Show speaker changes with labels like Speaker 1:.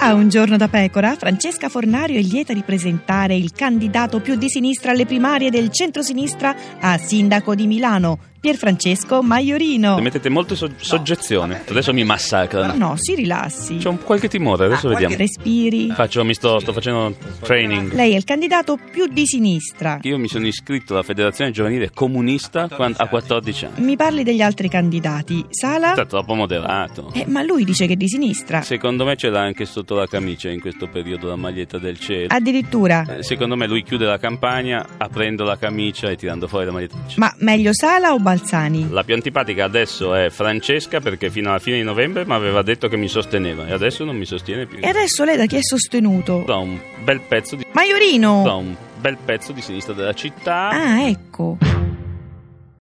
Speaker 1: A un giorno da pecora, Francesca Fornario è lieta di presentare il candidato più di sinistra alle primarie del centrosinistra a sindaco di Milano, Pierfrancesco Maiorino.
Speaker 2: Le mettete molto so- soggezione. Adesso mi massacrano.
Speaker 1: No, si rilassi.
Speaker 2: C'ho un- qualche timore,
Speaker 1: Ah,
Speaker 2: adesso vediamo.
Speaker 1: Respiri.
Speaker 2: Faccio, mi sto, sto facendo training.
Speaker 1: Lei è il candidato più di sinistra.
Speaker 2: Io mi sono iscritto alla Federazione Giovanile Comunista quan- a 14 anni.
Speaker 1: Mi parli degli altri candidati. Sala?
Speaker 2: Sta troppo moderato.
Speaker 1: Eh, ma lui dice che è di sinistra.
Speaker 2: Secondo me ce l'ha anche sotto la camicia in questo periodo la maglietta del cielo.
Speaker 1: Ah. Addirittura.
Speaker 2: Eh, Secondo me lui chiude la campagna aprendo la camicia e tirando fuori la maglietta del cielo.
Speaker 1: Ma meglio Sala o Balzani?
Speaker 2: La più antipatica adesso è Francesca perché fino alla fine di novembre mi aveva detto che mi sosteneva e adesso non mi sostiene più.
Speaker 1: E adesso lei da chi è sostenuto?
Speaker 2: Da un bel pezzo di,
Speaker 1: Maiorino!
Speaker 2: da un bel pezzo di sinistra della città.
Speaker 1: Ah, ecco.